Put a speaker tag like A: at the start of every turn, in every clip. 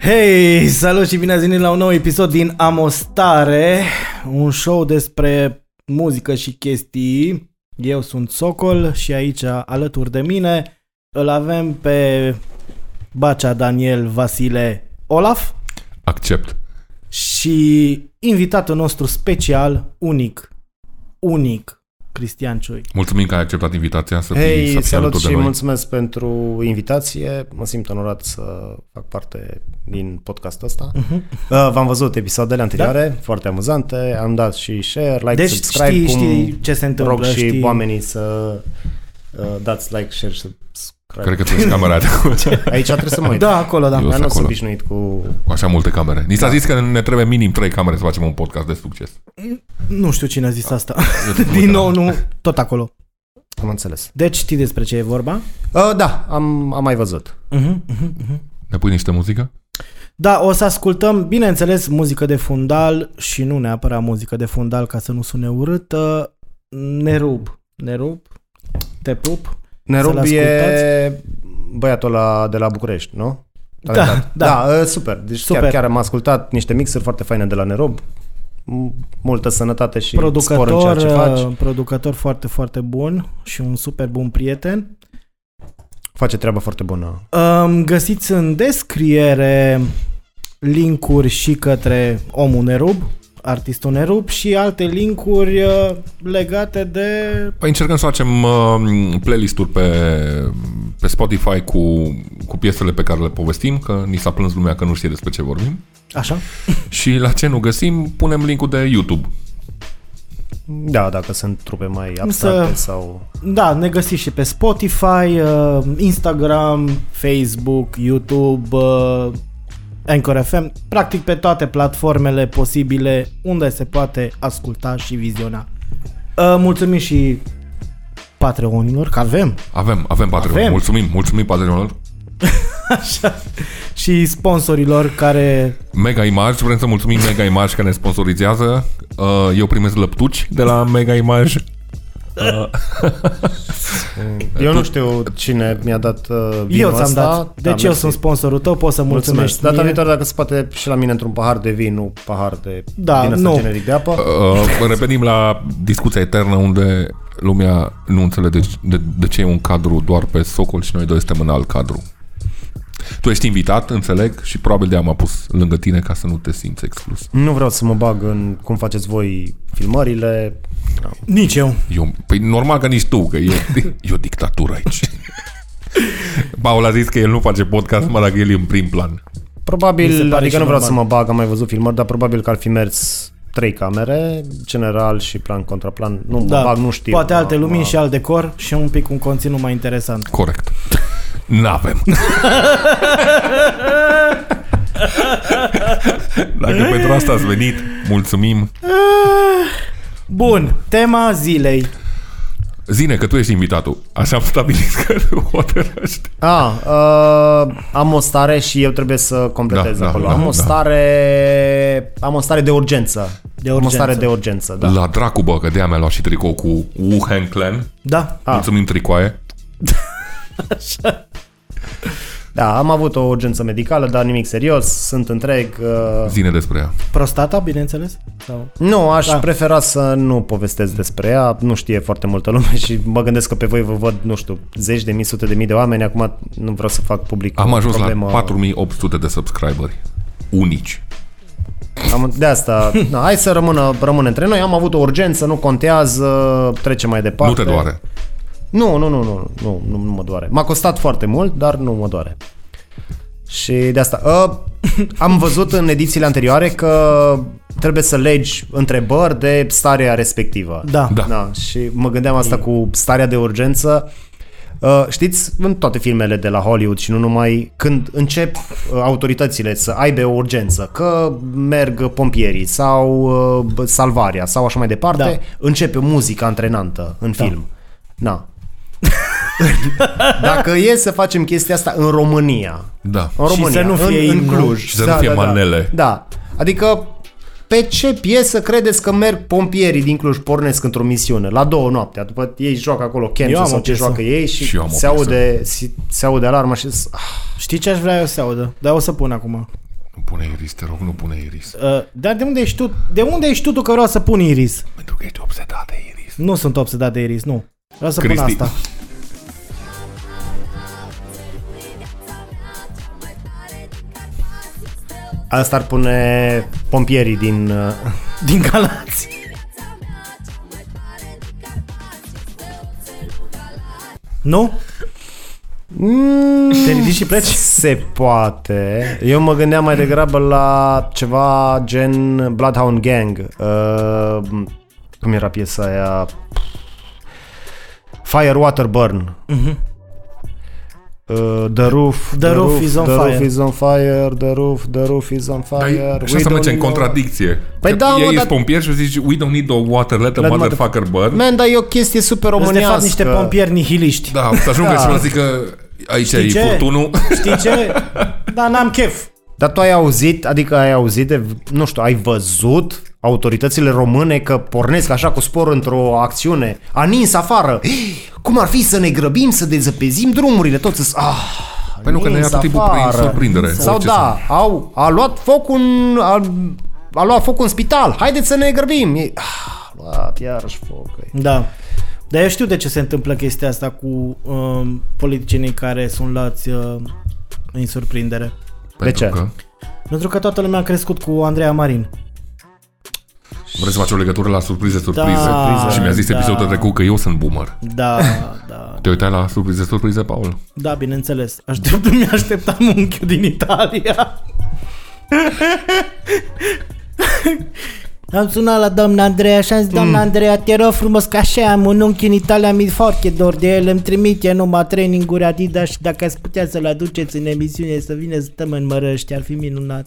A: Hei, salut și bine ați venit la un nou episod din Amostare, un show despre muzică și chestii. Eu sunt Socol și aici, alături de mine, îl avem pe Bacea Daniel Vasile Olaf
B: Accept.
A: și invitatul nostru special, unic, unic, Cristian Ciui.
B: Mulțumim că ai acceptat invitația să fii, să
C: Hei,
B: fii
C: salut
B: alături de
C: și
B: noi.
C: mulțumesc pentru invitație. Mă simt onorat să fac parte din podcastul ăsta. Uh, V-am văzut episoadele anterioare, foarte amuzante. Am dat și share, like,
A: Deci
C: subscribe.
A: știi-
C: cum
A: știi ce se întâmplă,
C: Rog și
A: știi.
C: oamenii să uh, dați like, share, subscribe.
B: Cred că trebuie camera de acolo.
C: Aici trebuie să mă uit.
A: Da, acolo, da.
B: Eu-
C: Dar nu sunt
B: acolo.
C: obișnuit cu...
B: Cu așa multe camere. Ni s-a zis că ne trebuie minim trei camere să facem un podcast de succes.
A: Nu știu cine a zis asta.
B: uite,
A: Din
B: uite, da.
A: nou, nu, tot acolo.
C: Am înțeles.
A: Deci știi despre ce e vorba.
C: Uh, Da, am, am mai văzut.
A: Uh-huh,
C: mhm,
A: uh-huh.
B: Ne pui niște muzică?
A: Da, o să ascultăm, bineînțeles, muzică de fundal și nu neapărat muzică de fundal ca să nu sune urâtă. Ne rub, ne rub, te pup.
C: Nerub
A: Să-l
C: e băiatul ăla de la București, nu?
A: Da,
C: Talentat.
A: da.
C: da, uh, super. Deci super.
A: Super.
C: Chiar, chiar am ascultat niște mixuri foarte faine de la Nerub. M- Multă sănătate și spor în ceea
A: Producător,
C: ce faci.
A: uh, producător foarte, foarte bun și un super bun prieten.
C: Face treabă foarte bună.
A: Um, Găsiți în descriere linkuri și către omul Nerub, artistul Nerub și alte linkuri uh, legate de
B: Păi încercăm să facem uh, playlist-uri pe, pe Spotify cu, cu piesele pe care le povestim, că ni s-a plâns lumea că nu știe despre ce vorbim.
A: așa.
B: Și la ce nu găsim, punem linkul de YouTube.
C: Da, dacă sunt trupe mai abstracte sau...
A: Da, ne găsiți și pe Spotify, uh, Instagram, Facebook, YouTube, uh, Anchor FM, practic pe toate platformele posibile unde se poate asculta și viziona. Uh, Mulțumim și Patreonilor, că avem
B: Avem, avem Patreon.
A: Avem.
B: Mulțumim, mulțumim Patreonilor.
A: așa, și sponsorilor care
B: Mega Image, vrem să mulțumim Mega Image că ne sponsorizează. Uh, Eu primesc lăptuci de la Mega Image.
C: Eu nu știu cine mi-a dat uh, vinul
A: eu ți-am
C: ăsta.
A: dat. Deci eu
C: da, mersi.
A: sunt sponsorul tău, poți să
C: Mulțumesc.
A: mulțumești
C: Data
A: mie.
C: viitoare, dacă se poate și la mine într-un pahar de vin, nu pahar de
A: Da,
C: din ăsta
A: nu.
C: generic de apă.
B: Uh, revenim la discuția eternă unde lumea nu înțelege de, de ce e un cadru doar pe Socol și noi doi suntem în alt cadru. Tu ești invitat, înțeleg, și probabil de-aia m-a pus lângă tine ca să nu te simți exclus.
C: Nu vreau să mă bag în cum faceți voi filmările. Da.
A: Nici eu.
B: Eu, păi normal că nici tu, că e, e o dictatură aici. Paul a zis că el nu face podcast, mă dacă el e în prim plan.
A: Mi se
C: Probabil,
A: pare și
C: adică nu
A: normal.
C: vreau să mă bag, am mai văzut filmări, dar probabil că ar fi mers trei camere, general și plan contra plan. Nu
A: Da.
C: mă bag, nu știu.
A: Poate
C: Mă-
A: alte lumini
C: mă-
A: și alt decor și un pic un conținut mai interesant.
B: Corect. N-avem. Dacă pentru asta ați venit, mulțumim.
A: Bun, tema zilei.
B: Zine că tu ești invitatul. Așa am stabilit că nu hotărăști.
C: A, Ah, uh, am o stare și eu trebuie să completez
B: Da, da,
C: acolo.
B: da,
C: am o
B: da.
C: stare, am o stare de urgență.
A: De
C: Am o
A: urgență.
C: stare de urgență, da.
B: Da. La dracu, bă, că de-aia mi-a luat și tricou cu Wuhan Clan.
A: Da.
B: A. Mulțumim tricoaie.
C: Da, am avut o urgență medicală, dar nimic serios, sunt întreg.
A: Da.
C: Uh,
B: Zine despre ea.
A: Prostata, bineînțeles? Sau...
C: Nu, aș da. prefera să nu povestesc despre ea, nu știe foarte multă lume și mă gândesc că pe voi vă văd, nu știu, zeci de mii, sute de mii de oameni, acum nu vreau să fac public
B: Am
C: o
B: ajuns
C: problemă.
B: la 4800 de subscriberi. Unici.
C: Am, de asta, na, hai să rămână, rămâne între noi, am avut o urgență, nu contează, trece mai
B: Nu
C: departe.
B: te doare.
C: Nu, nu, nu, nu, nu, nu, nu mă doare. M-a costat foarte mult, dar nu mă doare. Și de asta. Uh, am văzut în edițiile anterioare că trebuie să legi întrebări de starea respectivă.
A: Da.
B: Da.
C: da și mă gândeam asta cu starea de urgență. Uh, știți, în toate filmele de la Hollywood și nu numai, când încep uh, autoritățile să aibă o urgență, că merg pompierii sau uh, b- salvarea sau așa mai departe,
A: Da.
C: da. începe muzica antrenantă în da. film. Na. Dacă e să facem chestia asta în România,
B: Da.
C: în
A: Și
C: România,
A: să nu fie
C: în, în
A: imnul.
C: Cluj.
B: Și să nu fie manele.
C: Da. da. Adică pe ce piesă credeți că merg pompierii din Cluj pornesc într-o misiune? La două noaptea, după ei joacă acolo
A: Eu am
C: chemță sau
A: o
C: ce
A: piesă.
C: joacă ei și,
B: Și eu am o
C: se,
B: piesă.
C: aude, se, se aude alarma și... z- Ah,
A: Știi ce aș vrea eu să audă? Dar o să pun acum.
B: Nu pune Iris, te rog, nu pune Iris.
A: Uh, dar de unde ești tu, de unde ești tu, tu că vreau să pun Iris?
B: Pentru că ești obsedat de Iris.
A: Nu sunt obsedat de Iris, nu. Vreau să
B: Cristi.
A: pun asta.
C: Asta ar pune pompierii din... uh,
A: Din Galați. Nu? Te ridici și pleci?
C: Mm. Se poate. Eu mă gândeam mai degrabă la ceva gen Bloodhound Gang. Uh, cum era piesa aia? Fire, Water, Burn. Uh, the roof,
A: Mhm. The roof is on
C: the roof
A: fire.
C: is on fire, the roof, the roof is on
B: Dar
C: fire.
B: e- Păi, și
C: we
B: asta
C: don't
B: merge în
C: know.
B: contradicție.
C: Păi
B: Că
C: da, mă,
B: ei ești
C: dar-
B: pompier și zici, we don't need a water, let a
C: Let
B: motherfucker burn.
C: Man, dar e o chestie super
A: Sunt de
C: românească.
A: fapt niște pompieri nihiliști.
B: Da, să ajungă
C: Da.
B: și să zică, aici e
A: ce?
B: furtunul.
A: Știi ce? Dar n-am chef.
C: Dar tu ai auzit, adică ai auzit de, nu știu, ai văzut autoritățile române că pornesc așa cu spor într-o acțiune, a nins afară. Cum ar fi să ne grăbim, să dezăpezim drumurile, toți să... Ah,
B: Păi nu, că ne ia
C: nins
B: tot timpul prin
C: afară.
B: surprindere,
C: Sau
B: orice
C: da, au, a luat foc un... A, a luat foc un spital, haideți să ne grăbim. Ei, ah, a luat iarăși foc. ei.
A: Da. Dar eu știu de ce se întâmplă chestia asta cu um, politicienii care sunt luați uh, în surprindere.
B: Pentru
C: ce?
B: că-
A: Pentru că toată lumea a crescut cu Andreea Marin.
B: Vreți să faci o legătură la surprize, surprize?
A: Da,
B: și mi-a zis
A: da.
B: episodul trecut că eu sunt boomer.
A: Da, da,
B: Te uitai la surprize, surprize, Paul?
A: da, bineînțeles. Aștept, mi așteptam unchiul din Italia. Am sunat la doamna Andreea și am zis, doamna Andreea, te rog frumos că așa am un unchi în Italia, mi-e foarte dor de el, îmi trimite numai training-uri Adidas și dacă ați putea să-l aduceți în emisiune să vină să stăm în mărăști, ar fi minunat.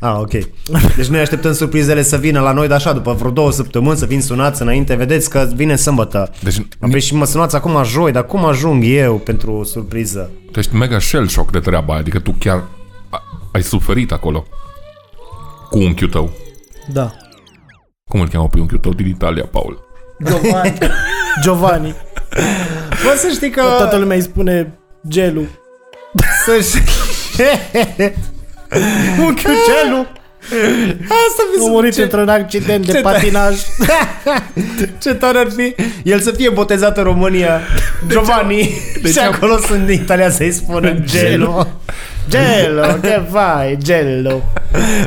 C: Ah, ok. Deci noi așteptăm surprizele să vină la noi, dar așa, după vreo două săptămâni să vin sunați înainte. Vedeți că vine sâmbătă.
B: Deci,
C: Apoi și mă sunați acum joi, dar cum ajung eu pentru surpriză?
B: tu ești mega shell shock de treaba aia, adică tu chiar a- ai suferit acolo cu unchiul tău.
A: Da.
B: Cum îl cheamă pe unchiul tău din Italia, Paul?
A: Giovanni. Giovanni.
C: Bă, să știi că...
A: Toată lumea îi spune gelul.
C: Să
A: Unchiul gelul.
C: Asta mi
A: A
C: se
A: murit
C: ce-
A: într-un accident de
C: ce tare.
A: patinaj.
C: Ce tare ar fi el să fie botezat în România
A: Deci
C: Giovanni
B: de
C: Și
B: ce-
C: acolo sunt din Italia să-i spună Gelo
A: Gelo, te vai, gelo.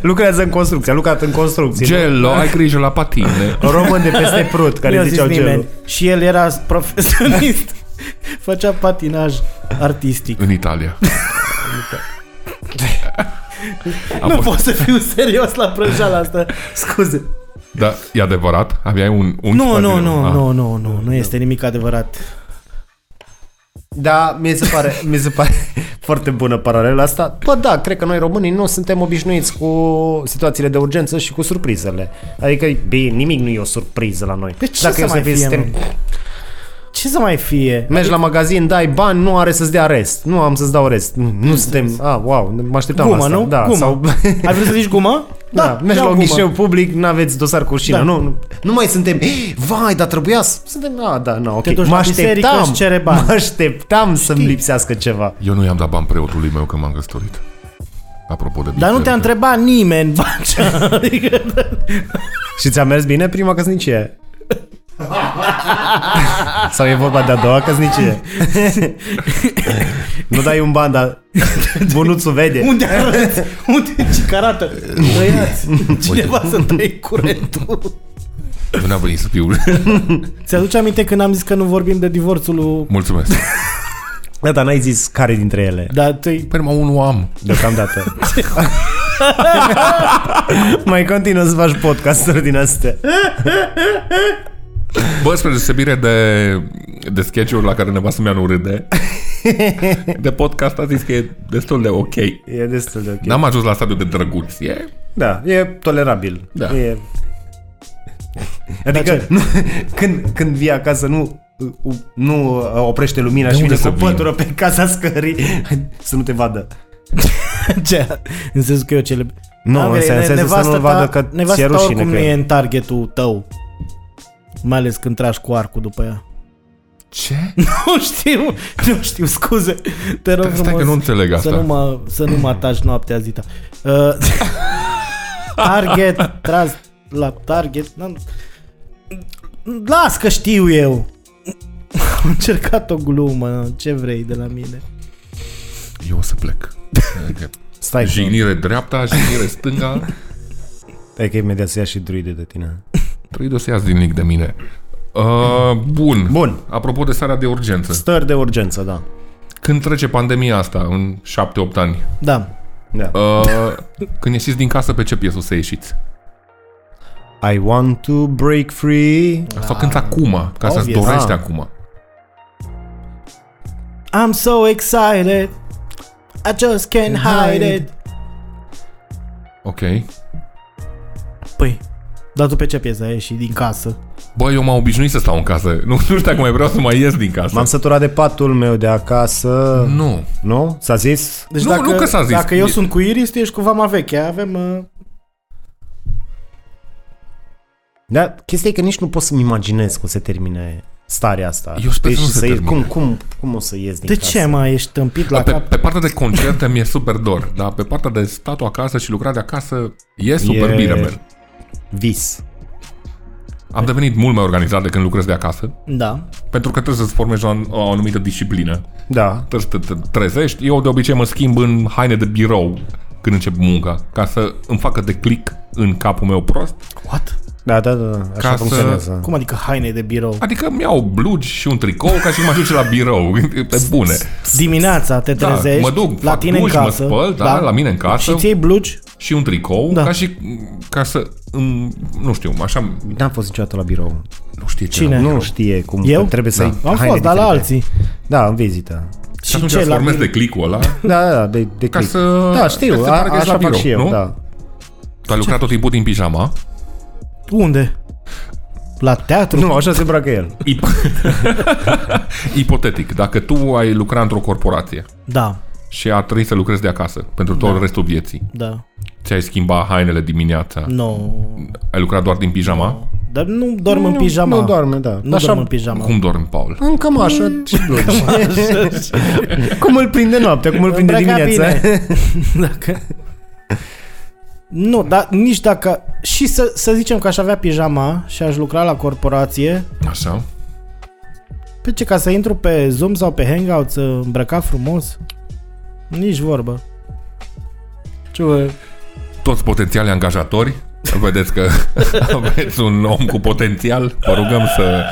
C: Lucrează în construcție, a lucrat în construcție
B: Gelo, ai grijă la patine.
C: Român de peste Prut
A: Nu
C: care
A: i-a
C: ziceau
A: zis
C: Gelo
A: nimeni. Și el era profesionist. Făcea patinaj artistic.
B: În Italia.
A: nu pot să fiu serios la prăjeala asta.
C: Scuze
B: Da, e adevărat? Aveai un unchi
A: Nu,
B: poate?
A: nu, nu,
B: Ah.
A: nu, nu, nu, nu este nimic adevărat.
C: Da, mi se pare, mi se pare foarte bună paralela asta. Bă, da, cred că noi românii nu suntem obișnuiți cu situațiile de urgență și cu surprizele. Adică, bine, nimic nu e o surpriză la noi.
A: De Păi ce
C: Dacă
A: să
C: eu să
A: mai
C: fie,
A: fie,
C: suntem,
A: mă? Ce să mai fie?
C: mergi la magazin, dai bani, nu are să-ți dea rest. Nu am să-ți dau rest. Nu, nu suntem... A, wow, mă așteptam la
A: Gumă,
C: asta.
A: nu?
C: Da,
A: gumă.
C: sau...
A: Ai vrut să zici gumă?
C: Da, da mergi
A: iau
C: la un
A: gumă.
C: ghișeu public, n-aveți dosar cu șină.
A: Da.
C: Da. Nu, nu, nu mai suntem, "Ei, vai, dar trebuia să... Suntem, a, da, nu, ok.
A: Te duci
C: mă
A: la biserică,
C: așteptam,
A: îți cere bani.
C: mă așteptam să-mi lipsească ceva.
B: Eu nu i-am dat bani preotului meu când m-am căsătorit. Apropo de
A: Dar nu te-a
B: biserică.
C: Da.
A: întrebat nimeni, bă, ce- adică,
C: Și ți-a mers bine prima căsnicie? Sau e vorba de a doua căsnicie? nu dai un ban, dar bunuțul vede.
A: Unde arăți? Unde? Ce care arată? Băiați, cineva să dai curentul.
B: Nu ne-a venit să fiu.
A: Ți-aduce aminte când am zis că nu vorbim de divorțul lui...
B: Mulțumesc.
C: Da, dar n-ai zis care dintre ele,
A: Dar tu
B: Păi numai unul am.
C: deocamdată. Mai continuă să faci podcasturi din astea.
B: Bă, spre deosebire de, de sketch-uri la care nevastă mea nu râde, de podcast a zis că e destul de ok.
C: E destul de ok.
B: N-am ajuns la stadiul de drăguț. E?
C: Da, e tolerabil.
B: Da.
C: E... Adică nu, când, când vii acasă nu nu oprește lumina și
B: unde
C: vine
B: să
C: cu
B: vin?
C: pătură pe casa scării să nu te vadă.
A: ce? În sensul că eu celebr.
C: Nu,
A: Da,
C: în
A: vre-
C: sensul să
A: nevasta
C: nu-l vadă
A: ta-
C: că
A: nevasta
C: ți-e
A: ta
C: rușine
A: oricum
C: că
A: nu
C: e.
A: e în targetul tău. Mai ales când tragi cu arcul după ea.
B: Ce?
A: Nu știu, nu știu, scuze. Te rog
B: Stai că nu
A: frumos
B: înțeleg
A: să
B: asta.
A: nu, mă, să nu mă ataci noaptea zita. Uh, target, tras la target. n-am- Las că știu eu. Am încercat o glumă, ce vrei de la mine.
B: Eu o să plec. Adică
C: Stai, Jigni.
B: Jignire dreapta, jignire stânga.
C: stai că imediat să ia și druide de tine.
B: Trebuie să iați din link de mine. Uh, bun.
C: Bun.
B: Apropo de starea de urgență.
C: Stări de urgență, da.
B: Când trece pandemia asta, în 7-8 ani,
A: Da.
C: da.
B: uh, când ieșiți din casă, pe ce piesă o să ieșiți?
C: I want to break free.
B: Sau când acum, ca să-ți
A: Obvious.
B: dorești
C: Ah.
B: acum.
A: I'm so excited. I just can't hide it.
B: Ok.
A: Păi, dar tu pe ce piesă ai ieșit din casă?
B: Bă, eu m-am obișnuit să stau în casă. Nu, nu știu dacă mai vreau să mai ies din casă.
C: M-am săturat de patul meu de acasă.
B: Nu.
C: Nu? S-a zis?
A: Deci
B: Nu,
A: dacă,
B: nu că s-a zis.
A: Dacă eu
B: E-
A: sunt cu Iris, tu ești cu Vama Veche. Avem... Uh...
C: Da, chestia e că nici nu pot să-mi imaginez cum se termine starea asta.
B: Eu sper
C: Deci
B: să nu se
C: ies-
B: termine.
C: cum, cum, cum o să ies din
A: De
C: casă?
A: ce mai ești tâmpit la
B: Pe,
A: cap?
B: pe partea de concerte mi-e super dor, dar pe partea de statul acasă și lucrat de acasă e super
C: E-
B: bine, man.
C: Vis.
B: Am devenit mult mai organizat de când lucrez de acasă,
A: Da.
B: pentru că trebuie să-ți formezi o, an- o anumită disciplină.
C: Da.
B: Trebuie să te te trezești. Eu de obicei mă schimb în haine de birou când încep munca, ca să îmi facă de click în capul meu prost.
A: What?
C: Da, da, da. da.
B: Ca
C: Așa
B: să-
C: funcționează.
A: Cum adică haine de birou?
B: Adică îmi iau blugi și un tricou ca și cum aș duce la birou. Pe bune.
A: Dimineața te
B: Da,
A: trezești,
B: mă duc,
A: la
B: fac
A: tine
B: duș,
A: în
B: mă
A: casă.
B: spăl, da, la mine în casă.
A: Și ți iei blugi?
B: Și un tricou
A: Da.
B: ca și ca să îmi- nu știu, așa
C: N-am fost niciodată la birou.
B: nu știe ce
A: Cine?
B: era.
C: Nu știe cum.
A: Eu?
C: că Trebuie să
A: Da. Am
C: haine
A: fost, dar la
C: diferite.
A: alții.
C: Da, în vizită.
B: Și atunci îți
A: la
B: formezi
A: birou?
B: de clicul ăla.
C: Da, da, da, de, de
B: Ca
C: click.
B: să-
C: Da,
B: să
C: știu,
B: se
C: a,
B: pare că ești la
C: așa fac
B: birou,
C: și eu,
B: nu?
C: da.
B: Tu ai lucrat tot timpul din pijama.
A: Unde? La teatru?
C: Nu, așa se îmbracă el.
B: Ip- Ipotetic, dacă tu ai lucra într-o corporație
A: Da,
B: și a trebuit să lucrezi de acasă pentru tot restul vieții,
A: da.
B: ți-ai schimbat hainele dimineața,
A: Nu.
B: ai lucrat doar din pijama,
A: Dar nu dorm în
C: Nu,
A: pijama.
C: Nu doarme, da.
A: Nu
C: Așa,
A: dorm în pijama.
B: cum dormi, Paul?
C: În cămașă și blugi. cum îl prinde noaptea, cum îl prinde
A: Îmbrăcat
C: dimineața.
A: bine. dacă... Nu, dar nici dacă... Și să, să zicem că aș avea pijama și aș lucra la corporație,
B: Așa?
A: pe ce, ca să intru pe Zoom sau pe Hangout să îmbrăcat frumos? Nici vorbă. Ce bă?
B: Toți potențiali angajatori, vedeți că aveți un om cu potențial, vă rugăm să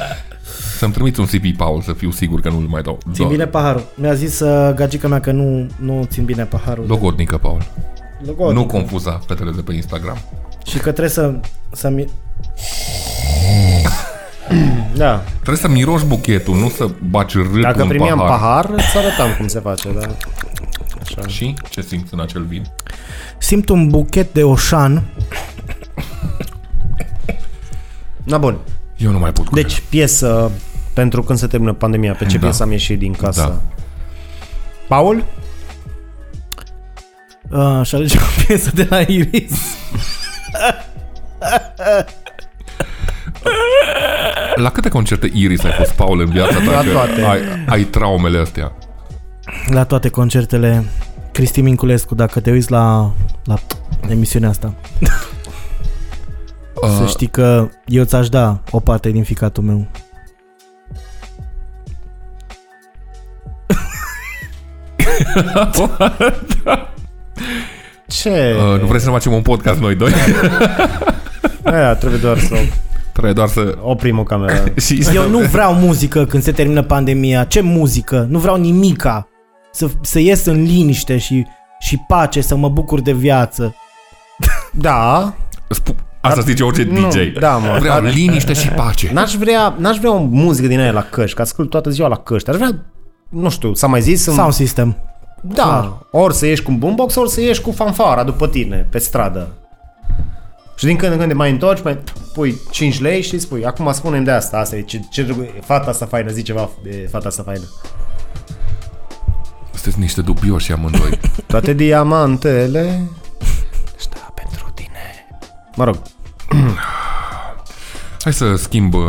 B: să-mi trimiți un CV, Paul, să fiu sigur că nu-l mai dau.
A: Țin
B: Do-
A: bine paharul. Mi-a zis uh, gagica mea că nu, nu țin bine paharul.
B: Logodnică, Paul.
A: Logot.
B: Nu confuza fetele de pe Instagram.
A: Și că trebuie să... să
C: Da.
B: Trebuie să miroși buchetul, nu să baci râpul
C: Dacă
B: în
C: primeam
B: pahar.
C: pahar, îți arătam cum se face, da.
B: Și ce simți în acel vin?
A: Simt un buchet de oșan.
C: Na bun.
B: Eu nu mai pot cu
C: Deci, piesă pentru când se termină pandemia. Pe ce
B: Da.
C: piesă am ieșit din
B: Da.
C: casă? Paul?
A: Uh, și alegem o piesă de la Iris.
B: el. La câte concerte Iris ai fost, Paul, în viața ta?
C: La
B: că
C: toate.
B: Ai, ai traumele astea. Uh,
A: la toate concertele Cristi Minculescu, dacă te uiți la, la emisiunea asta, să
B: Uh,
A: știi că eu ți-aș da o parte din ficatul meu.
C: Ce?
B: uh, nu vrei să facem un podcast noi doi?
C: Aia, trebuie doar să
B: Trebuie doar să...
C: oprim o cameră.
B: Și să-
A: Eu nu vreau muzică când se termină pandemia. Ce muzică? Nu vreau nimica. Să, să ies în liniște și, și pace, să mă bucur de viață.
C: Da,
B: Spu- Asta zice orice
C: Nu,
B: DJ.
C: da, mă,
B: Vreau liniște și pace.
C: N-aș vrea, n-aș vrea o muzică din aia la căști, că ascult toată ziua la căști. Aș vrea, nu știu, s-a mai zis? în-
A: Sound system.
C: da, ori să ieși cu un boombox, ori să ieși cu fanfara după tine, pe stradă. Și din când în când te mai întorci, mai pui 5 lei și spui, acum spune de asta, asta e, ce, ce, fata asta faină, zi ceva de fata asta faină.
B: Sunteți niște dubioși amândoi.
C: Toate diamantele Sta pentru tine Mă rog,
B: Hai să schimb uh,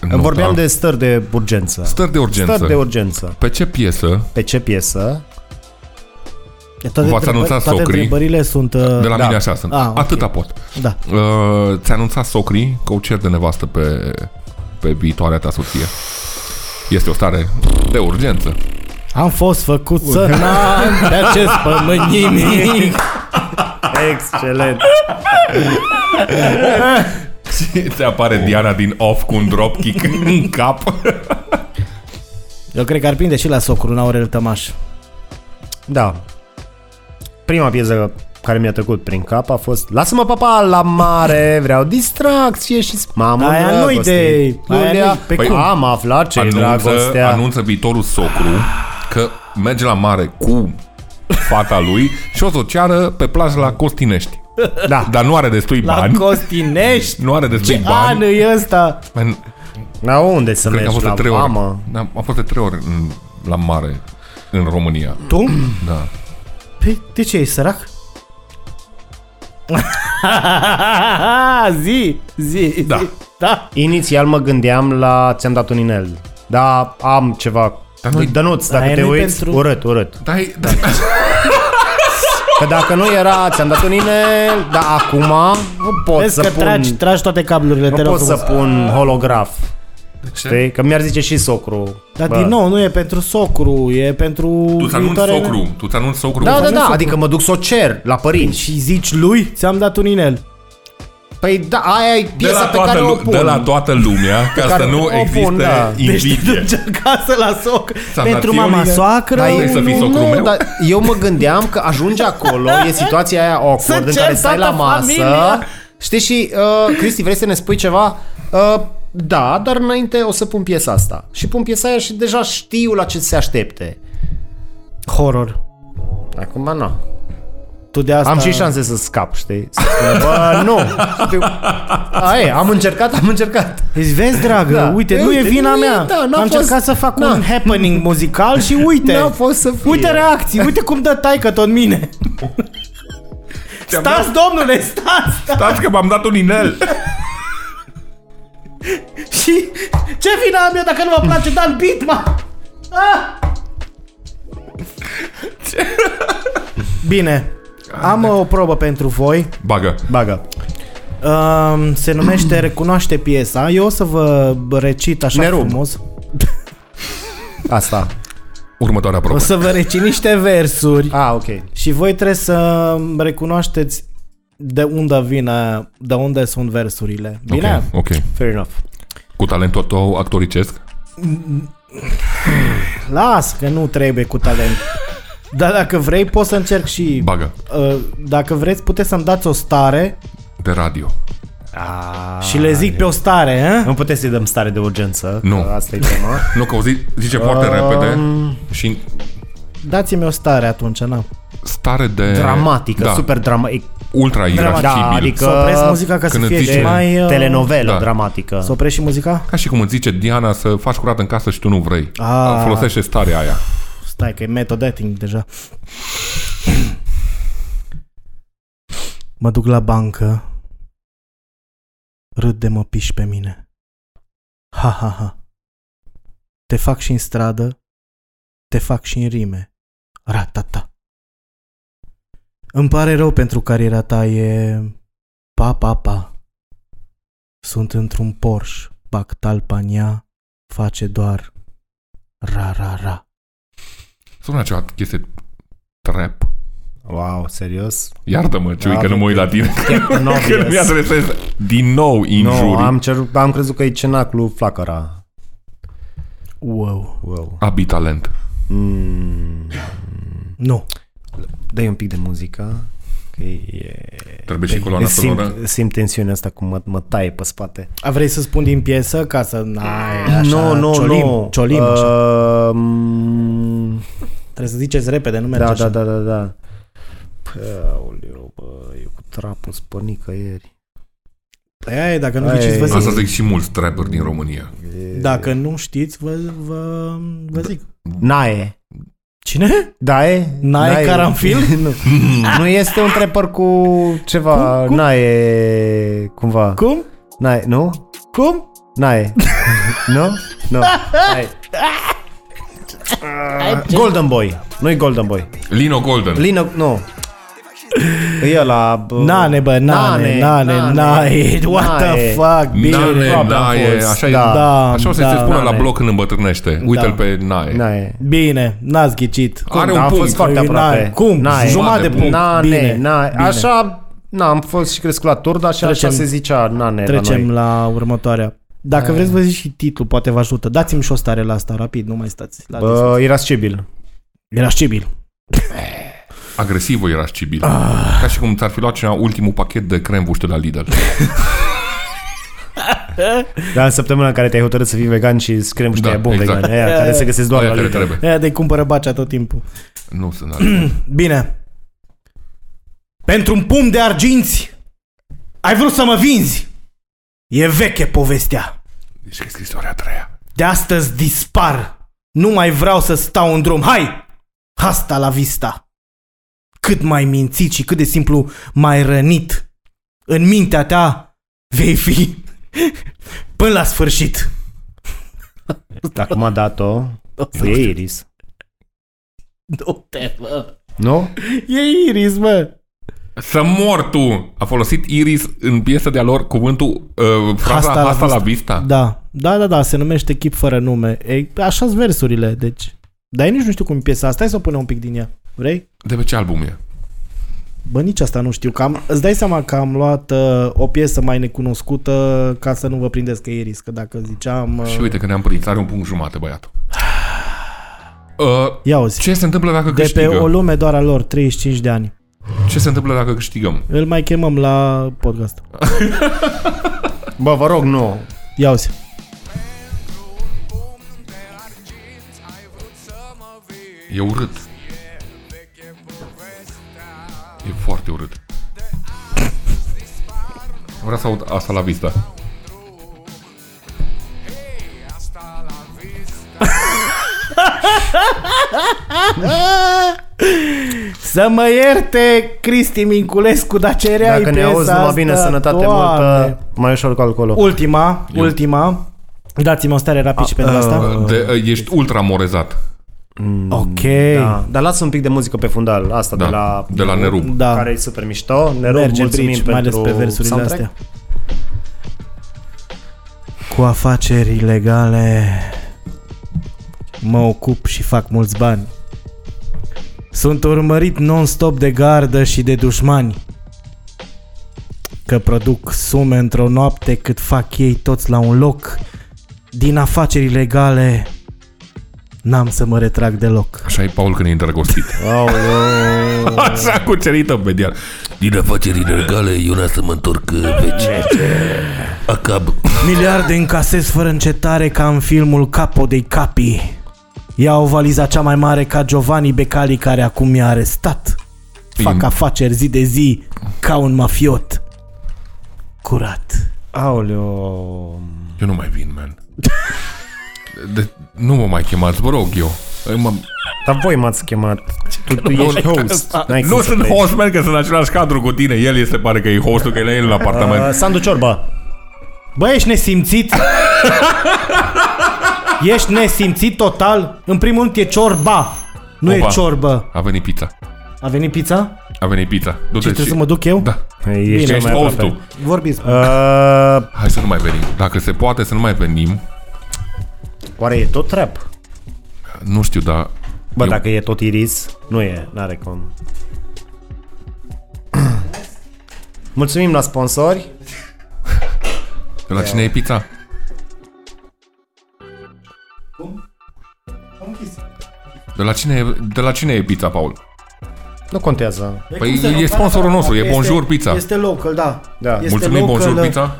B: nota.
C: Vorbeam de stări de urgență.
B: Stări de urgență.
C: Stări de urgență.
B: Pe ce piesă
C: pe ce piesă?
A: E, Toate,
B: V-ați
A: întreba-
B: anunțat
A: toate
B: socrii?
A: întrebările sunt...
B: de la
C: da.
B: mine așa sunt.
A: Ah, ok.
B: Atâta pot.
A: Da.
B: Uh, ți-a anunțat socrii că o cer de nevastă pe, pe viitoarea ta soție. Este o stare de urgență.
A: Am fost făcut să n-am pe acest pământ nimic.
C: Excelent!
B: Ți apare
C: Oh.
B: Diana din off cu un dropkick în cap.
A: Eu cred că ar prinde și la socru un Aurel Tămaș.
C: Da. Prima piesă care mi-a trecut prin cap a fost Lasă-mă papa la mare, vreau distracție și mamă
A: Aia nu-i
C: dragoste.
A: de- aia
C: Iulia,
A: nu-i- pe
B: Păi cum?
C: Am aflat ce
B: anunță,
C: dragostea.
B: anunță viitorul socru că merge la mare cu fata lui și o să o ceară pe plajă la Costinești.
C: Da,
B: Dar nu are destui
A: La
B: bani.
A: Costinești?
B: Nu are destui
A: Ce an
B: bani.
A: e ăsta?
B: Man,
C: la unde să
B: Cred că a
C: mergi?
B: fost
C: La
B: de trei ori.
C: vamă?
B: Da, a fost de trei ori în, la mare în România.
A: Tu?
B: Da.
A: Păi, de ce ești sărac? zi, zi,
B: Da.
A: zi. Da.
C: Inițial mă gândeam la Ți-am dat un inel, dar am ceva...
B: Dar nu-i-
C: Dănuț, dacă
A: Aia
C: te
A: nu-i
C: uiți,
A: pentru-
C: urât, urât.
B: Da, da.
C: Că dacă nu era, ți-am dat un inel, dar acum nu pot
A: Vezi
C: să
A: că
C: pun...
A: tragi, tragi toate cablurile, te
C: Nu
A: rog
C: pot să
A: frumos.
C: pun holograf,
B: Ce?
C: știi? Că mi-ar zice și socru.
A: Dar
C: bă.
A: din nou, nu e pentru socru, e pentru
B: Tu ți anunți
A: viitoarele-
B: socru. Tu ți anunți socru.
C: Da, da, da,
A: socru.
C: adică mă duc să o cer la părinți.
A: Și zici lui, ți-am dat un inel.
C: Păi da, aia e
B: De la,
C: piesa pe
B: toată,
C: care o
B: lu-
C: pun.
B: de la toată lumea, ca
C: care
B: să
C: o
B: nu
C: pun,
B: existe
C: da.
A: Deci te
B: invidie.
A: duci acasă la soc.
B: dat
A: Pentru
B: eu un
A: mama
B: inel.
A: soacră.
B: Da, e- Vrei să fii socrul
C: Păi nu,
B: meu?
C: Dar eu mă gândeam că ajunge acolo, e situația aia
A: Să
C: awkward în
A: cer
C: care stai la
A: toată
C: masă.
A: familia.
C: Știi și, uh, Cristi, vrei să ne spui ceva? Uh, da, dar înainte o să pun piesa asta. Și pun piesa aia și deja știu la ce se aștepte.
A: Horror.
C: Acum nu.
A: Tu de asta...
C: Am și șanse să scap, știi? Să spun, bă, nu. Știu. Aia, am încercat, am încercat.
A: Deci vezi, dragă, da.
C: Da.
A: uite,
C: E,
A: nu e
C: uite,
A: vina
C: nu e-
A: mea.
C: da,
A: Am
C: n-a fost-
A: încercat să fac
C: n-a.
A: un happening muzical și uite.
C: N-a fost să fie.
A: Uite reacții, uite cum dă taică tot mine. Stați, domnule, stați, da. stați.
B: Stați că m-am dat un inel.
A: Și ce vină am eu dacă nu vă place Dan Bitma? Ah! Bine, am uh, o probă pentru voi.
B: Bagă.
C: Bagă.
A: Um, se numește Recunoaște piesa. Eu o să vă recit așa
C: Ne rup.
A: frumos.
C: Asta.
B: Următoarea
A: O
B: probă.
A: să vă recit niște versuri.
C: A, Ah, ok.
A: Și voi trebuie să recunoașteți de unde vine, de unde sunt versurile. Bine?
B: Ok, ok.
C: Fair enough.
B: Cu talentul tău actoricesc?
A: Las că nu trebuie cu talent. Dar dacă vrei, poți să încerc și...
B: Bagă.
A: Uh, Dacă vreți, puteți să-mi dați o stare
B: De radio.
C: A,
A: și le zic pe o stare, ă? hă?
C: Nu puteți să-i dăm stare de urgență.
B: Nu.
C: că Asta e tema.
B: Nu, că o zi, zice foarte repede și
A: Dați-mi o stare atunci, na.
B: stare de...
C: Dramatică,
B: da,
C: super dramatică.
B: Ultra iracibil.
C: Da, adică-
A: Să opresc muzica ca să
B: Când
A: fie
B: îți zice-
A: ce mai... uh,
C: Telenovelă
B: da.
C: dramatică.
A: Să oprești și muzica?
B: Ca și cum îți zice Diana să faci curat în casă și tu nu vrei.
A: Ah.
B: Folosește starea aia.
A: Stai că e method acting deja. Mă duc la bancă. Râd de mă piși pe mine. Ha, ha, ha. Te fac și în stradă. Te fac și în rime. Ratata. Îmi pare rău pentru cariera ta e... Pa, pa, pa. Sunt într-un Porsche. Pactal Pania face doar ra, ra, ra.
B: Sună acea chestie trap.
C: Wow, serios?
B: Iartă-mă, ce
C: Da,
B: că nu mă uit la tine. Că nu
C: Obvious.
B: mi-adresez din nou injurii.
C: Nu, am, cerut, am crezut că e cenaclu flacăra.
A: Wow.
C: Wow.
B: Abitalent.
C: Mm.
A: Nu.
C: Dai un pic de muzică. Că e...
B: Trebuie și coloana sonoră.
C: simt, simt tensiunea asta cum mă, mă taie pe spate.
A: A vrei să spun din piesă ca să n-ai așa
C: Ah, nu, nu,
A: ciolim,
C: nu.
A: ciolim uh, așa.
C: uh, mm,
A: Trebuie să ziceți repede, nu merge
C: da,
A: așa.
C: da, da, da, da. Păi, Aoleu, bă, eu cu trapul spănică ieri.
A: Păi Aia e, dacă nu
C: Aia
A: ghiciți, vă
C: e.
A: zic.
B: Asta zic și mulți trapper din România.
C: E...
A: Dacă nu știți, vă, vă, vă
C: Da.
A: zic.
C: Nae.
A: Cine?
C: Dae?
A: Nae Caranfil?
C: Da, nu. nu este un trepăr cu ceva,
A: Cum? Cum?
C: nae, cumva.
A: Cum?
C: Nae, nu?
A: Cum?
C: N-ai. nu? Nu. N-ai. Golden Boy. Nu-i Golden Boy.
B: Lino Golden. Li-
C: Lino, nu. E ăla... Bă,
A: Nane, bă, nane, nane, nane, what the fuck,
B: Nae,
A: bine,
B: nae, așa
C: da.
B: Da, e.
A: Da,
B: așa o să-i se
A: da.
B: spună la
C: Nae.
B: bloc când îmbătrânește. Uite-l pe Nae.
C: Nae.
A: bine, n-ați ghicit.
B: Are
C: Da,
B: un
C: a fost
B: punct.
C: foarte
A: Păi,
C: aproape.
A: n-ai. Cum?
C: N-ai.
A: Jumătate
B: de
A: punct.
C: Nane,
A: Bine,
C: nane.
A: bine.
C: Așa, na, am fost și crescut la turda și
A: Trecem-
C: așa se zicea nane la
A: Trecem
C: noi.
A: la următoarea. Dacă vreți, vă zic și titlul, poate vă ajută. Dați-mi și o stare la asta, rapid, nu mai stați. La Bă.
C: Bă, irascibil.
A: Irascibil.
B: Agresivă era Cibil.
A: Ah.
B: Ca și cum ți-ar fi luat cineva ultimul pachet de crembuș de la Lidl.
C: Dar în săptămâna în care te-ai hotărât să fii vegan și screm și
B: Da,
C: da, bun
B: exact.
C: vegan, aia care se găsesc doar
B: Aia
C: la
B: care
C: Lidl.
B: trebuie.
A: Aia de cumpără bacea tot timpul.
B: Nu sunt alea.
A: Bine. Pentru un pumn de arginți, ai vrut să mă vinzi? E veche povestea.
B: Deci că e scrisoarea a treia.
A: De astăzi dispar. Nu mai vreau să stau în drum. Hai! Hasta la vista. Cât mai mințit și cât de simplu mai rănit. În mintea ta vei fi până la sfârșit.
C: Dacă m-a dat-o,
A: Da.
C: e Iris.
A: Du-te, bă.
C: Nu?
A: E Iris, bă.
B: Să mor tu! A folosit Iris în piesa de-a lor cuvântul, uh, fraza
A: Hasta
B: asta,
A: la
B: la
A: vista.
B: vista.
A: Da, da, da, da, se numește Chip fără nume. E, așa sunt versurile, deci. Dar eu nici nu știu cum e piesa asta. Hai să o punem un pic din ea. Vrei?
B: De pe ce album e?
A: Bă, nici asta nu știu. Cam, îți dai seama că am luat uh, o piesă mai necunoscută ca să nu vă prindeți că e Iris, că dacă ziceam... Uh,
B: Și uite că ne-am prins. Are un punct jumate, băiatul. Uh,
A: ia uzi,
B: ce se întâmplă
A: de
B: dacă
A: pe o
B: câștigăm?
A: lume doar a lor, 35 de ani.
B: Ce se întâmplă dacă câștigăm?
A: Îl mai chemăm la podcast.
C: Bă, vă rog, nu.
A: Ia uzi.
B: E urât. E foarte urât. Vreau să aud asta la vista.
A: Să mă ierte Cristi Minculescu, dar cereai
C: Dacă ne
A: piesa
C: auzi numai
A: asta,
C: bine, sănătate
A: Doamne.
C: multă, mai ușor cu alcoolul.
A: Ultima,
B: Eu-
A: ultima. Dați-mi o stare rapid și pentru
C: a,
A: asta.
B: De,
C: Ah.
B: uh, ești ultra morezat.
A: Ok.
C: Da, dar lasă un pic de muzică pe fundal, asta
B: Da,
C: de la...
B: de la Neru.
A: Da.
C: Care e super mișto. Ne rog,
A: Merge
C: mulțumim
A: bridge,
C: pentru
A: mai ales pe versurile
C: soundtrack.
A: astea. Cu afaceri ilegale mă ocup și fac mulți bani. Sunt urmărit non-stop de gardă și de dușmani. Că produc sume într-o noapte cât fac ei toți la un loc. Din afaceri ilegale n-am să mă retrag deloc.
B: Așa e Paul când e îndrăgostit.
C: Oh.
B: Așa cucerită pe diar.
D: Din afaceri ilegale, eu n-am să mă întorc uh, veci. Acab.
A: Miliarde încasez fără încetare ca în filmul Capo dei Capi. Ia o valiza cea mai mare ca Giovanni Becali care acum i-a arestat. Fac
B: Bine.
A: afaceri zi de zi ca un mafiot. Curat.
C: Aoleo...
B: Eu nu mai vin, man. De, nu mă mai chemați, vă rog eu. Eu Mă,
C: Dar voi m-ați chemat. Tu, tu ești host. N-ai cum
B: nu
C: să
B: sunt
C: pleci.
B: host, man, că sunt în același cadru cu tine. El este, pare că e hostul, că e la el în
A: Ah,
C: Uh,
B: apartament.
C: Sandu Ciorba.
A: Bă, ești nesimțit? ești nesimțit total? În primul rând e ciorba. Nu
B: Opa.
A: e ciorbă.
B: A venit pizza.
A: A venit pizza?
B: A venit pizza. Du-te
A: Trebuie să mă duc eu?
B: Da,
C: Ești cel
B: ești
C: mai aproape.
B: hostul.
A: Vorbiți.
C: Uh,
B: Hai să nu mai venim. Dacă se poate să nu mai venim,
C: oare e tot trap?
B: nu știu, dar...
C: Bă,
B: Eu-
C: dacă e tot Iris, nu e, n-are cum. Mulțumim la sponsori.
B: De la cine e pizza? De la cine e, de la cine e pizza, Paul?
C: Nu contează.
B: Păi e sponsorul nostru, e Bonjour Pizza.
A: Este local, da.
C: Da.
A: Este
B: Mulțumim,
A: local,
B: Bonjour
A: uh,
B: Pizza.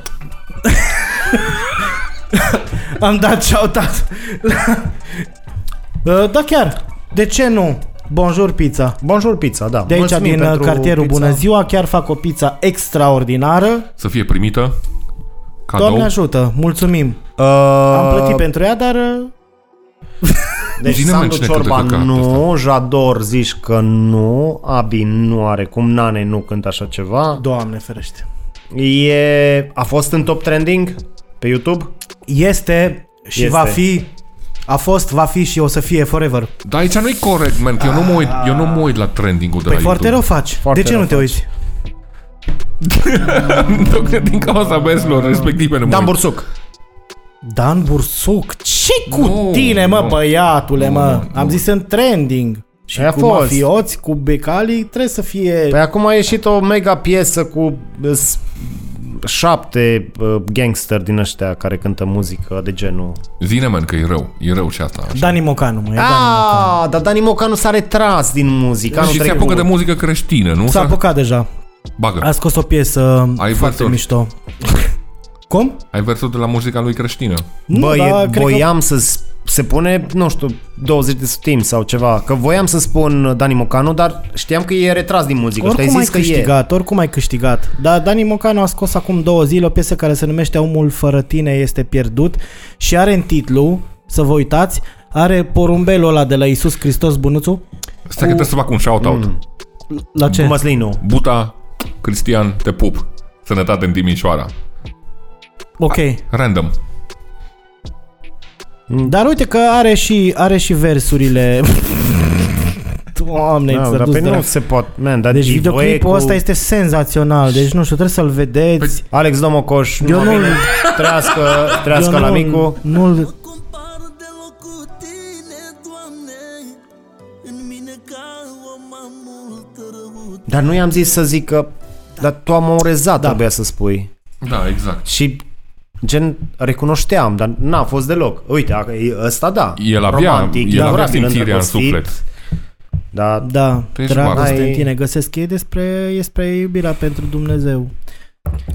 A: Am dat shout-out. Uh, da chiar, de ce nu? Bonjour pizza.
C: Bonjour pizza, da.
A: De aici
C: Mulțumim
A: din uh,
C: pentru
A: cartierul
C: pizza.
A: Bună Ziua chiar fac o pizza extraordinară.
B: Să fie primită. Cadou.
A: Doamne ajută, mulțumim.
C: Uh,
A: Am plătit pentru ea, dar uh,
C: Deci
B: Cine
C: Sandu
B: menține tot de
C: Ciorba
B: căcatul
C: nu, Jador zici că nu, Abi nu are cum, Nane nu cântă așa ceva.
A: Doamne ferește.
C: E... A fost în top trending? Pe YouTube?
A: Este și
C: Este.
A: este. va fi, a fost, va fi și o să fie forever.
B: Dar aici nu-i corect, man, că eu nu mă uit, eu nu mă uit la trending-ul de
A: Păi
B: la
A: foarte rău
B: YouTube.
A: faci.
C: Foarte
A: de ce
C: rău
A: nu te uiți?
B: Tocmai din cauza băieților
A: Da,
B: respective nu mă
C: Dan
B: uit.
C: Bursuc.
A: Dan Bursuc, ce cu
B: Nu,
A: tine, mă,
B: nu.
A: băiatule, mă?
B: nu, nu.
A: Am zis în trending. Și
C: Aia a
A: cu
C: fost.
A: mafioți, cu becalii, trebuie să fie...
C: Păi acum a ieșit o mega piesă cu uh, s- șapte uh, gangster din ăștia care cântă muzică de genul.
B: Zine, man, că e rău. E rău și asta. Așa.
A: Dani Mocanu, mă, e Dani Mocanu.
C: Ah, dar Dani Mocanu s-a retras din muzică. Anul
B: și se
C: trecut.
B: apucă de muzică creștină, nu?
A: S-a apucat deja.
B: Bagă.
A: A scos o piesă
B: Ai
A: foarte
B: versuri.
A: mișto. Cum?
C: Adică
B: Ai versul de la muzica lui creștină.
A: Nu,
C: Bă,
A: dar
C: e,
A: cred că-
C: voiam să s- se pune, nu știu, 20 de timp sau ceva, că voiam să spun Dani Mocanu, dar știam că e retras din muzică și ai
A: Oricum ai
C: zis că e.
A: câștigat, oricum ai câștigat. Dar Dani Mocanu a scos acum două zile o piesă care se numește Omul fără tine este pierdut și are în titlu, să vă uitați, are porumbelul ăla de la Isus Hristos Bunuțu.
B: Stai că trebuie să fac un shout-out.
A: Mm. La ce? Da,
C: Cu Măslinu.
B: Buta, Cristian, te pup. Sănătate în Timișoara.
A: Ok.
C: Ah.
B: Random.
C: Mm.
A: Dar uite că are și, are și versurile. Doamne,
C: Da,
A: ți-a
C: dar
A: dus
C: pe
A: de
C: nu
A: la-
C: se poate, man, dar
A: Deci
C: giveaway
A: videoclipul
C: cu...
A: ăsta este senzațional, deci nu știu, trebuie să-l vedeți.
C: Alex Domocoș,
A: Eu
C: nu
A: nu-
C: vine. trească,
A: Eu
C: trească
A: nu-
C: la micu.
A: Nu-l
E: compar deloc cu tine, Doamne În mine ca om am multă răutate
C: Dar nu i-am zis să zic că, dar tu am orezat, da. trebuia să spui.
B: Da, exact.
C: Și gen recunoșteam, dar n-a fost deloc. Uite, a- e- ăsta da.
B: El avea-
C: romantic,
B: el avea
C: durabil,
B: simțirea în
C: îndrăgostit,
B: suflet.
C: Dar
A: Da,
B: ești
A: dragoste
C: barbar.
A: în tine găsesc ei despre, despre iubirea pentru Dumnezeu.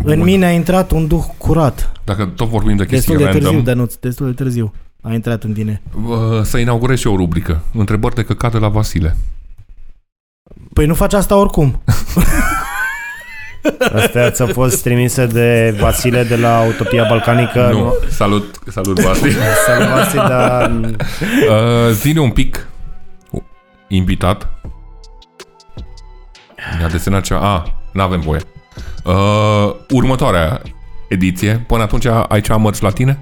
A: În mine a intrat un duh curat.
B: Dacă tot vorbim de chestii
A: Destul de târziu, da.
B: random, de...
A: Dănuț, destul de târziu a intrat în tine.
B: să inaugurez și eu o rubrică. Întrebări de căcat de la Vasile.
A: Păi nu faci asta oricum.
C: Astea ți-au fost trimise de Vasile de la Utopia
A: Da,
C: Balcanică.
B: nu. Salut, salut Vasile.
C: Salut, Vasile, dar...
B: Uh, zine un pic uh, invitat. Mi-a desenat cea... A, n-avem voie. Uh, următoarea ediție. Până atunci ai cea mărți la tine?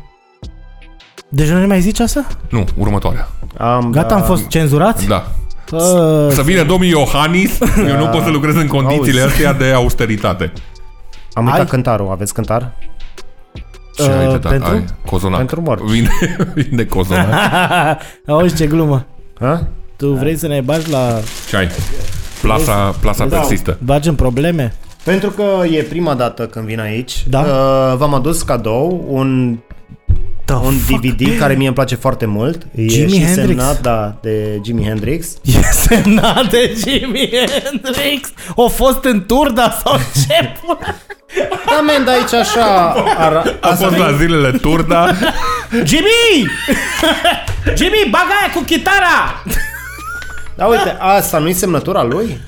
A: Deci nu ne mai zici asta?
B: Nu, următoarea.
C: Am,
A: Gata, am fost cenzurați?
B: Da.
A: Uh,
B: Să vină domnul Iohannis. Eu nu pot să lucrez în condițiile
C: Auzi.
B: astea de austeritate.
C: Am uitat
A: Ai?
C: cântarul. Aveți cântar?
B: Ce ai de dat?
A: pentru?
B: Ai? Cozonac.
C: Pentru morți.
B: Vine, vine cozonac.
A: Auzi ce glumă.
C: Ha?
A: Tu
B: Da.
A: vrei să ne bagi la...
B: Ce ai? Plasa, plasa persistă.
A: Bagi în probleme?
C: Pentru că e prima dată când vin aici,
A: Da.
C: uh, v-am adus cadou un,
A: The
C: un
A: fuck?
C: DVD care mie îmi place foarte mult. e
A: Jimi
C: și
A: Hendrix?
C: semnat da, de Jimi Hendrix.
A: E semnat de Jimi Hendrix. O fost în turda sau ce?
C: Da, men, dar aici așa... Ar,
B: A fost la zilele turda.
A: Jimmy! Jimmy, baga aia cu chitara!
C: da, uite, asta nu-i semnătura lui?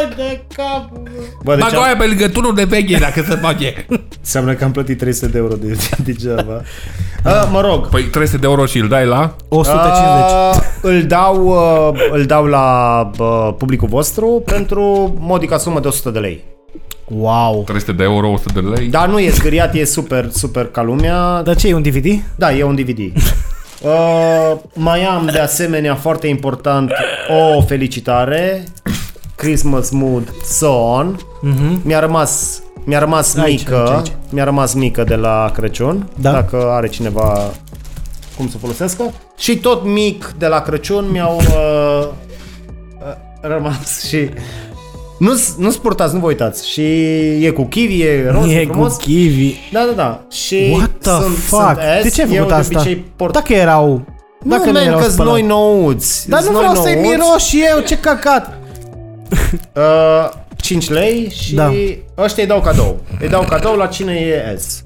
A: Ai de cap!
C: Bă, deci
B: Bagă
C: am,
B: aia pe lângă tunul de veche, dacă se face.
C: înseamnă că am plătit 300 de euro de, degeaba. Uh, mă rog,
B: Păi 300 de euro și îl dai la...
A: 150.
C: Uh, îl, dau, uh, îl dau la uh, publicul vostru pentru modica sumă de 100 de lei.
A: Wow!
B: 300 de euro, 100 de
A: Da.
B: lei.
C: Dar nu e zgâriat, e super, super ca lumea.
A: Dar ce, e un DVD?
C: Da, e un DVD. Uh, mai am de asemenea foarte important o felicitare. Christmas Mood Son. Mm-hmm. Mi-a rămas mi-a rămas
A: Mhm. Aici,
C: mică,
A: aici, aici.
C: mi-a rămas mică de la Crăciun,
A: Da.
C: dacă are cineva cum să o folosească. Și tot mic de la Crăciun mi-au uh, uh, rămas și nu nu spurtați, nu vă uitați. Și e cu kiwi, e roz, e frumos.
A: kiwi.
C: Da, da, da. Și
A: What the
C: sunt,
A: fuck?
C: Sunt S,
A: de ce ai
C: eu
A: făcut
C: de
A: asta?
C: Obicei port...
A: Dacă erau... Dacă
C: nu,
A: nu,
C: men,
A: erau
C: că
A: spălați.
C: noi nouți.
A: Dar nu
C: Noi
A: vreau să-i
C: nouți.
A: miros și eu, ce căcat!
C: Uh, 5 lei și da.
A: Da.
C: ăștia îi dau cadou. Îi dau cadou la cine e S.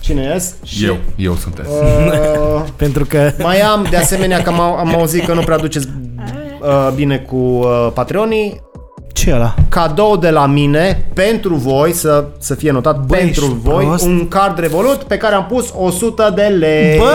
C: Cine e S? Și,
B: Eu, eu sunt S.
A: Ă,
C: Uh,
A: Pentru că...
C: mai am, de asemenea, că am, am auzit că nu prea duceți uh, bine cu uh, Patreonii.
A: Ce ăla?
C: Cadou de la mine pentru voi, să, să fie notat, Bă, pentru
A: ești
C: voi,
A: prost?
C: un card Revolut pe care am pus 100 de lei.
A: Bă,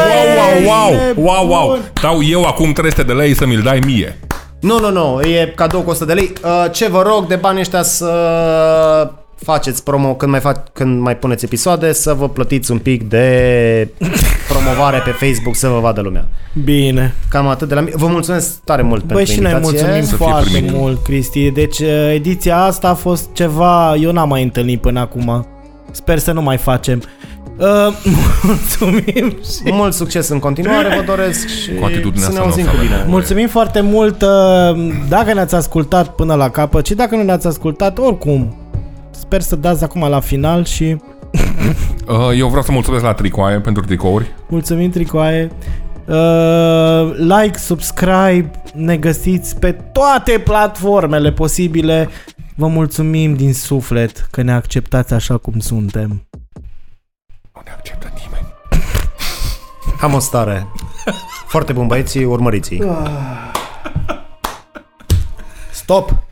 B: Wow, wow,
A: E
B: wow, wow.
A: bun.
B: Dau eu acum 300 de lei să mi-l dai mie.
C: Nu, nu, nu, e cadou cu 100 de lei. Uh, Ce vă rog de bani ăștia să faceți promo când mai, fac, când mai puneți episoade, să vă plătiți un pic de promovare pe Facebook să vă vadă lumea.
A: Bine.
C: Cam atât de la mine. Vă mulțumesc tare mult
A: Băi
C: pentru
A: și noi
C: invitație.
A: mulțumim
B: Să fie
A: foarte
B: primit.
A: mult, Cristi. Deci eh, ediția asta a fost ceva eu n-am mai întâlnit până acum. Sper să nu mai facem. Uh, mulțumim și...
C: Mult succes în continuare, vă doresc și
B: Cu atitudinea
C: să
B: asta
C: ne
B: nu o
C: auzim
B: să
C: cu
B: avem.
C: bine.
A: Mulțumim foarte mult uh, dacă ne-ați ascultat până la capăt și dacă nu ne-ați ascultat, oricum, sper să dați acum la final și
B: Uh, Eu vreau să mulțumesc la tricoaie pentru tricouri.
A: mulțumim tricoaie. Uh, like, subscribe, ne găsiți pe toate platformele posibile. Vă mulțumim din suflet că ne acceptați așa cum suntem.
B: Nu ne acceptă nimeni.
C: Am o stare.
A: Ah.
C: Foarte bun băieții, urmăriți-i.
A: Stop!